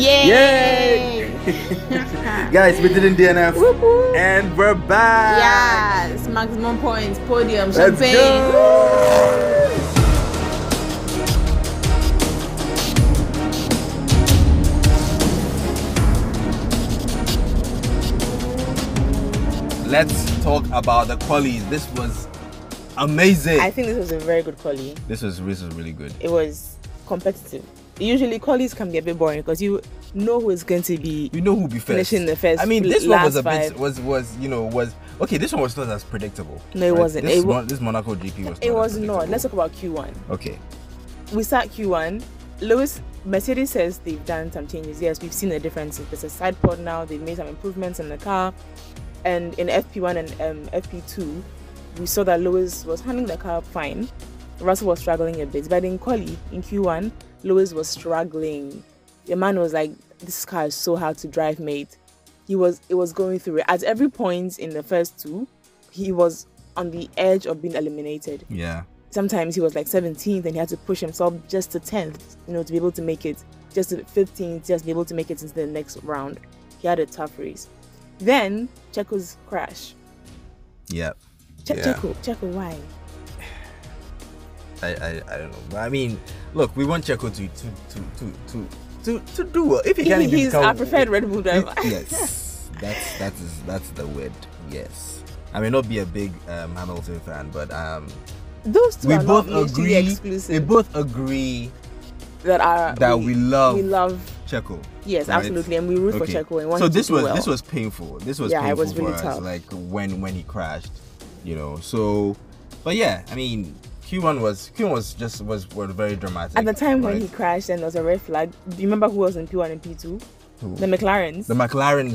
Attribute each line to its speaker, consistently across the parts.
Speaker 1: Yay!
Speaker 2: Guys, we didn't DNF.
Speaker 1: Whoop, whoop.
Speaker 2: And we're back.
Speaker 1: Yes, maximum points, podium,
Speaker 2: Let's
Speaker 1: champagne.
Speaker 2: go. Let's talk about the qualies. This was amazing.
Speaker 1: I think this was a very good quali.
Speaker 2: this was this was really good.
Speaker 1: It was competitive. Usually qualis can be a bit boring because you know who is going to be
Speaker 2: You know who'll be first.
Speaker 1: Finishing the first,
Speaker 2: I mean,
Speaker 1: pl-
Speaker 2: this one was a
Speaker 1: last
Speaker 2: bit
Speaker 1: five.
Speaker 2: was was you know was okay. This one was not as predictable.
Speaker 1: No, it wasn't.
Speaker 2: This,
Speaker 1: It wa-
Speaker 2: Mon- this Monaco GP was.
Speaker 1: It
Speaker 2: not
Speaker 1: was
Speaker 2: as
Speaker 1: not.
Speaker 2: predictable.
Speaker 1: Let's talk about Q1.
Speaker 2: Okay.
Speaker 1: We start Q1. Lewis Mercedes says they've done some changes. Yes, we've seen the differences. There's a side pod now. They've made some improvements in the car, and in FP1 and um, FP2, we saw that Lewis was handling the car fine. Russell was struggling a bit, but in quali in Q1, Lewis was struggling. The man was like, "This car is so hard to drive, mate." He was. It was going through it at every point in the first two. He was on the edge of being eliminated
Speaker 2: Yeah.
Speaker 1: sometimes he was like 17th and he had to push himself just to 10th, you know, to be able to make it, just to 15th, just be able to make it into the next round. He had a tough race. Then Checo's crash.
Speaker 2: Yeah.
Speaker 1: Che-
Speaker 2: Yeah.
Speaker 1: Checo, Checo, why?
Speaker 2: I, I I don't know. But I mean, look, we want Checo to to to to to to, to do well. If he
Speaker 1: He,
Speaker 2: can,
Speaker 1: he's our preferred Red Bull driver.
Speaker 2: yes. That's that is that's the word. Yes. I may not be a big um, Hamilton fan, but um,
Speaker 1: Those two
Speaker 2: we
Speaker 1: are
Speaker 2: both
Speaker 1: not mutually
Speaker 2: agree. We
Speaker 1: exclusive.
Speaker 2: both agree
Speaker 1: that are
Speaker 2: that we, love
Speaker 1: we love.
Speaker 2: Checo.
Speaker 1: Yes,
Speaker 2: Right.
Speaker 1: absolutely, and we root
Speaker 2: Okay.
Speaker 1: for Checo and want
Speaker 2: so
Speaker 1: him to
Speaker 2: this
Speaker 1: do
Speaker 2: was
Speaker 1: well.
Speaker 2: this was painful. This was
Speaker 1: Yeah, it
Speaker 2: painful
Speaker 1: was really
Speaker 2: for us.
Speaker 1: tough.
Speaker 2: Like when when he crashed, you know. So, but yeah, I mean, Q1 was Q1 was just was was very dramatic
Speaker 1: at the time when
Speaker 2: right?
Speaker 1: he crashed and there was a red flag. Do you remember who was in P1 and P2?
Speaker 2: Who?
Speaker 1: The McLarens.
Speaker 2: the McLarens,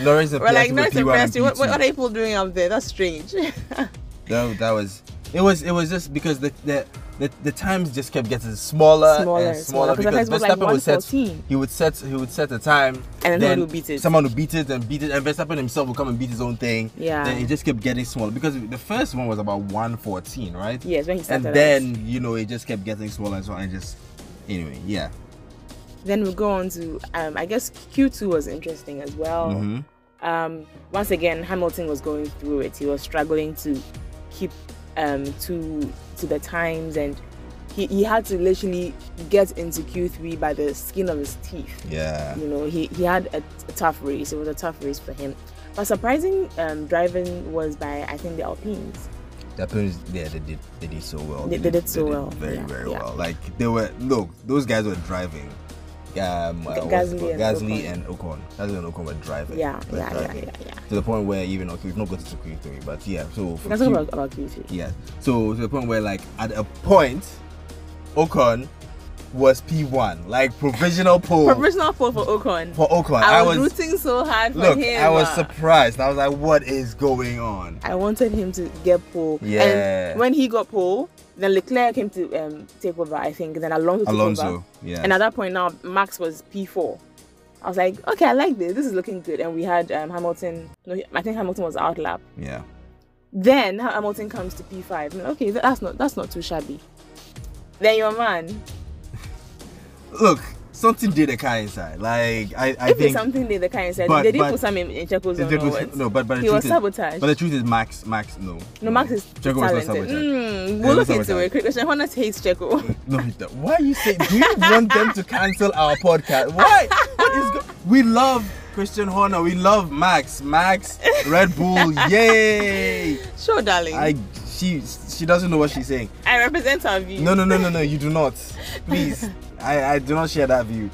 Speaker 2: Lawrence and
Speaker 1: We're like,
Speaker 2: Piastri
Speaker 1: not
Speaker 2: were P1 and
Speaker 1: impressed. What, what
Speaker 2: P2.
Speaker 1: are people doing out there? That's strange.
Speaker 2: that, that was it was it was just because the the. The, the times just kept getting smaller,
Speaker 1: Smaller,
Speaker 2: and smaller,
Speaker 1: smaller, 'cause at
Speaker 2: because
Speaker 1: first it was like
Speaker 2: Verstappen would set
Speaker 1: 114.
Speaker 2: he would set he would set a time
Speaker 1: And then someone would beat it.
Speaker 2: someone would beat it and beat it and Verstappen himself would come and beat his own thing
Speaker 1: Yeah.
Speaker 2: then it just kept getting smaller because the first one was about 114 right
Speaker 1: yes, when he
Speaker 2: and
Speaker 1: started. out.
Speaker 2: then you know it just kept getting smaller and smaller and just anyway yeah
Speaker 1: then we go on to um, I guess Q2 was interesting as well.
Speaker 2: Mhm.
Speaker 1: Um, once again, Hamilton was going through it. He was struggling to keep um, to to the times, and he, he had to literally get into Q3 by the skin of his teeth.
Speaker 2: yeah
Speaker 1: You know, he he had a, a tough race. It was a tough race for him. But surprising um, driving was by I think the Alpines.
Speaker 2: that Prince, yeah they did they did so well
Speaker 1: They- they did so well.
Speaker 2: very
Speaker 1: Yeah,
Speaker 2: very
Speaker 1: yeah.
Speaker 2: well like they were look those guys were driving um, uh, what's it
Speaker 1: Gasly
Speaker 2: called?
Speaker 1: and
Speaker 2: Gasly
Speaker 1: Ocon.
Speaker 2: and Ocon. Gasly and Ocon were driving.
Speaker 1: Yeah,
Speaker 2: were
Speaker 1: yeah, yeah,
Speaker 2: driving.
Speaker 1: yeah, yeah.
Speaker 2: To the point where even okay, we've not got to Q three, but yeah. So for
Speaker 1: Let's talk
Speaker 2: Q-
Speaker 1: about, about Q3.
Speaker 2: Yeah. So to the point where like at a point, Ocon was P1, like provisional pole
Speaker 1: Professional four for Ocon.
Speaker 2: for Ocon.
Speaker 1: I was, rooting so hard for
Speaker 2: look,
Speaker 1: him.
Speaker 2: I was
Speaker 1: uh,
Speaker 2: surprised. I was like, what is going on?
Speaker 1: I wanted him to get pole.
Speaker 2: Yeah.
Speaker 1: And when he got pole, then Leclerc came to um, take over, I think. Then Alonso took over.
Speaker 2: Alonso. Yeah.
Speaker 1: And at that point now, Max was P4. I was like, okay, I like this. This is looking good. And we had um, Hamilton. No, I think Hamilton was outlap.
Speaker 2: yeah.
Speaker 1: Then Hamilton comes to P5. I'm like, okay, tha- that's not that's not too shabby. Then your man.
Speaker 2: Look, something did a car inside. Like I, I
Speaker 1: if
Speaker 2: think
Speaker 1: it's something they the kind said,
Speaker 2: but-
Speaker 1: they did
Speaker 2: but-
Speaker 1: put some in, in Checo's
Speaker 2: If
Speaker 1: own
Speaker 2: Jack was-
Speaker 1: words.
Speaker 2: no, but but the
Speaker 1: He
Speaker 2: truth
Speaker 1: was
Speaker 2: is,
Speaker 1: sabotaged.
Speaker 2: But the truth is, Max, Max, no.
Speaker 1: no, Max is
Speaker 2: Jack was not
Speaker 1: talented.
Speaker 2: sabotaged.
Speaker 1: Mm,
Speaker 2: Yeah,
Speaker 1: we'll look
Speaker 2: that's
Speaker 1: into
Speaker 2: sabotaged.
Speaker 1: it. Christian Hornets hates Checo.
Speaker 2: No, Peter, why are you saying? Do you want them to cancel our podcast? Why? What is go- We love Christian Horner. We love Max. Max, Red Bull. Yay!
Speaker 1: Sure, darling.
Speaker 2: I
Speaker 1: I,
Speaker 2: she she doesn't know what she's saying.
Speaker 1: represent our view.
Speaker 2: No, no, no, no, no. You do not. Please, I I do not share that view.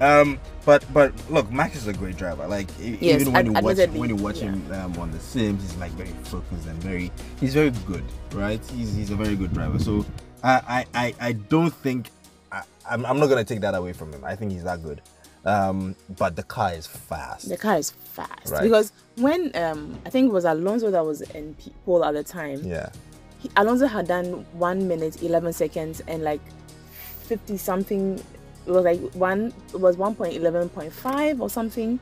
Speaker 2: Um, but but look, Max is a great driver. Like e-
Speaker 1: Yes,
Speaker 2: even when
Speaker 1: ad-
Speaker 2: you watch
Speaker 1: admittedly,
Speaker 2: when you watch him um, on the Sims, he's like very focused and very he's very good, right? He's he's a very good driver. So I I I, I don't think I, I'm I'm not gonna take that away from him. I think he's that good. Um, but the car is fast.
Speaker 1: The car is fast
Speaker 2: Right.
Speaker 1: because when um I think it was Alonso that was in P- pole at the time.
Speaker 2: yeah,
Speaker 1: He, Alonso had done one minute eleven seconds and like fifty something. It was like one. It was one point eleven point five or something.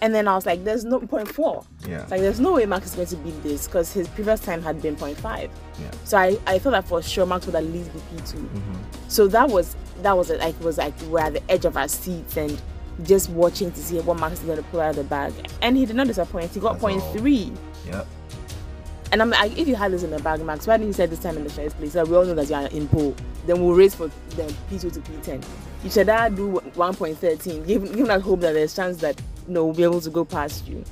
Speaker 1: And then I was like, "There's no point four.
Speaker 2: yeah,
Speaker 1: Like, there's no way Max is going to beat this because his previous time had been point five.
Speaker 2: yeah.
Speaker 1: So I, I thought that for sure Max would at least be P two.
Speaker 2: Mhm.
Speaker 1: So that was that was it. Like it was like we're at the edge of our seats and just watching to see what Max is gonna pull out of the bag. And he did not disappoint. He got
Speaker 2: That's
Speaker 1: point
Speaker 2: all.
Speaker 1: three.
Speaker 2: Yep.
Speaker 1: And I'm like, if you had this in the bag, Max, why didn't you say this time in the first place? Like, we all know that you are in pole. Then we'll race for the P2 to P10. You should now do 1.13, giving giving us hope that there's chance that you know, we'll be able to go past you.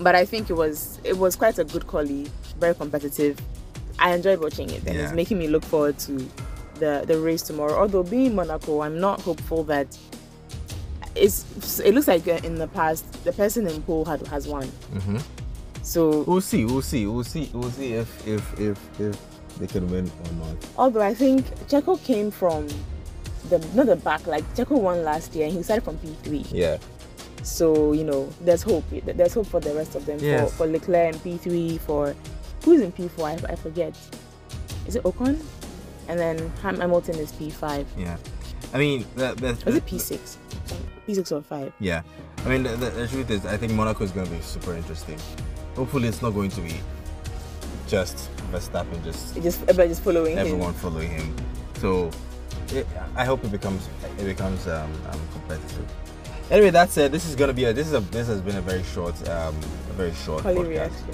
Speaker 1: But I think it was it was quite a good quali, very competitive. I enjoyed watching it, and it's
Speaker 2: Yeah.
Speaker 1: making me look forward to the the race tomorrow. Although being in Monaco, I'm not hopeful that it's. It looks like uh, in the past, the person in pole had, has won.
Speaker 2: Mhm.
Speaker 1: So
Speaker 2: We'll see. We'll see. We'll see. We'll see if if if if they can win or not.
Speaker 1: Although I think Checo came from the not the back, like Checo won last year and he started from P three.
Speaker 2: Yeah.
Speaker 1: So, you know, there's hope. There's hope for the rest of them.
Speaker 2: Yes.
Speaker 1: For for Leclerc in P three, for who's in P four, I, I forget. Is it Ocon? And then Ham- Hamilton is P five.
Speaker 2: Yeah. I mean, that, that's
Speaker 1: Was it P six? P six or five.
Speaker 2: Yeah, I mean the, the, the truth is, I think Monaco is going to be super interesting. Hopefully, it's not going to be just Verstappen, just
Speaker 1: It just everybody's just following him.
Speaker 2: everyone following him. So it, I hope it becomes it becomes um, um, competitive. Anyway, that said, this is going to be a this is a this has been a very short um, a very short
Speaker 1: Quali
Speaker 2: podcast.
Speaker 1: reaction,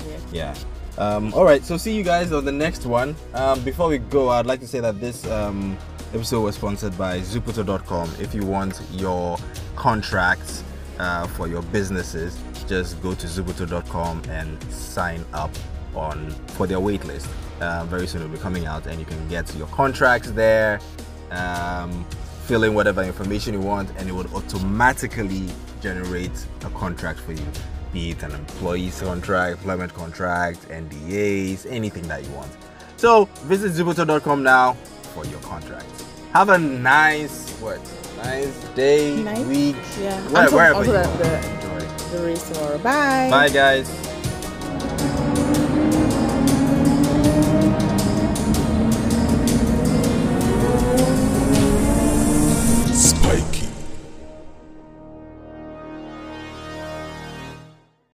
Speaker 2: Yeah.
Speaker 1: yeah.
Speaker 2: Um, all right. So see you guys on the next one. Um, before we go, I'd like to say that this um, episode was sponsored by Zuputo.com. If you want your contracts uh, for your businesses, just go to Zuputo.com and sign up on for their waitlist. Uh, very soon it'll be coming out, and you can get your contracts there. Um, fill in whatever information you want, and it would automatically generate a contract for you be it an employee's contract, employment contract, NDAs, anything that you want. So visit Zuboto.com now for your contract. Have a nice what? Nice day,
Speaker 1: Nice-
Speaker 2: week,
Speaker 1: yeah.
Speaker 2: where,
Speaker 1: Until-
Speaker 2: wherever
Speaker 1: until
Speaker 2: you
Speaker 1: the-
Speaker 2: are. Enjoy.
Speaker 1: The race tomorrow.
Speaker 2: Bye guys.